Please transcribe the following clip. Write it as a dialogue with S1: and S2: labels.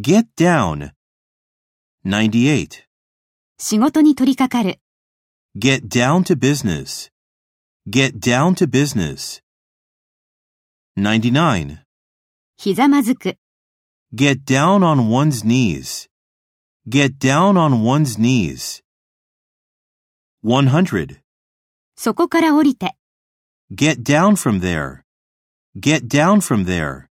S1: Get down. 98.
S2: 仕事に取り掛かる、
S1: Get down to business. Get down to business. 99.
S2: ひざまずく、
S1: Get down on one's knees. Get down on one's knees. 100.
S2: そこから降りて。
S1: Get down from there. Get down from there.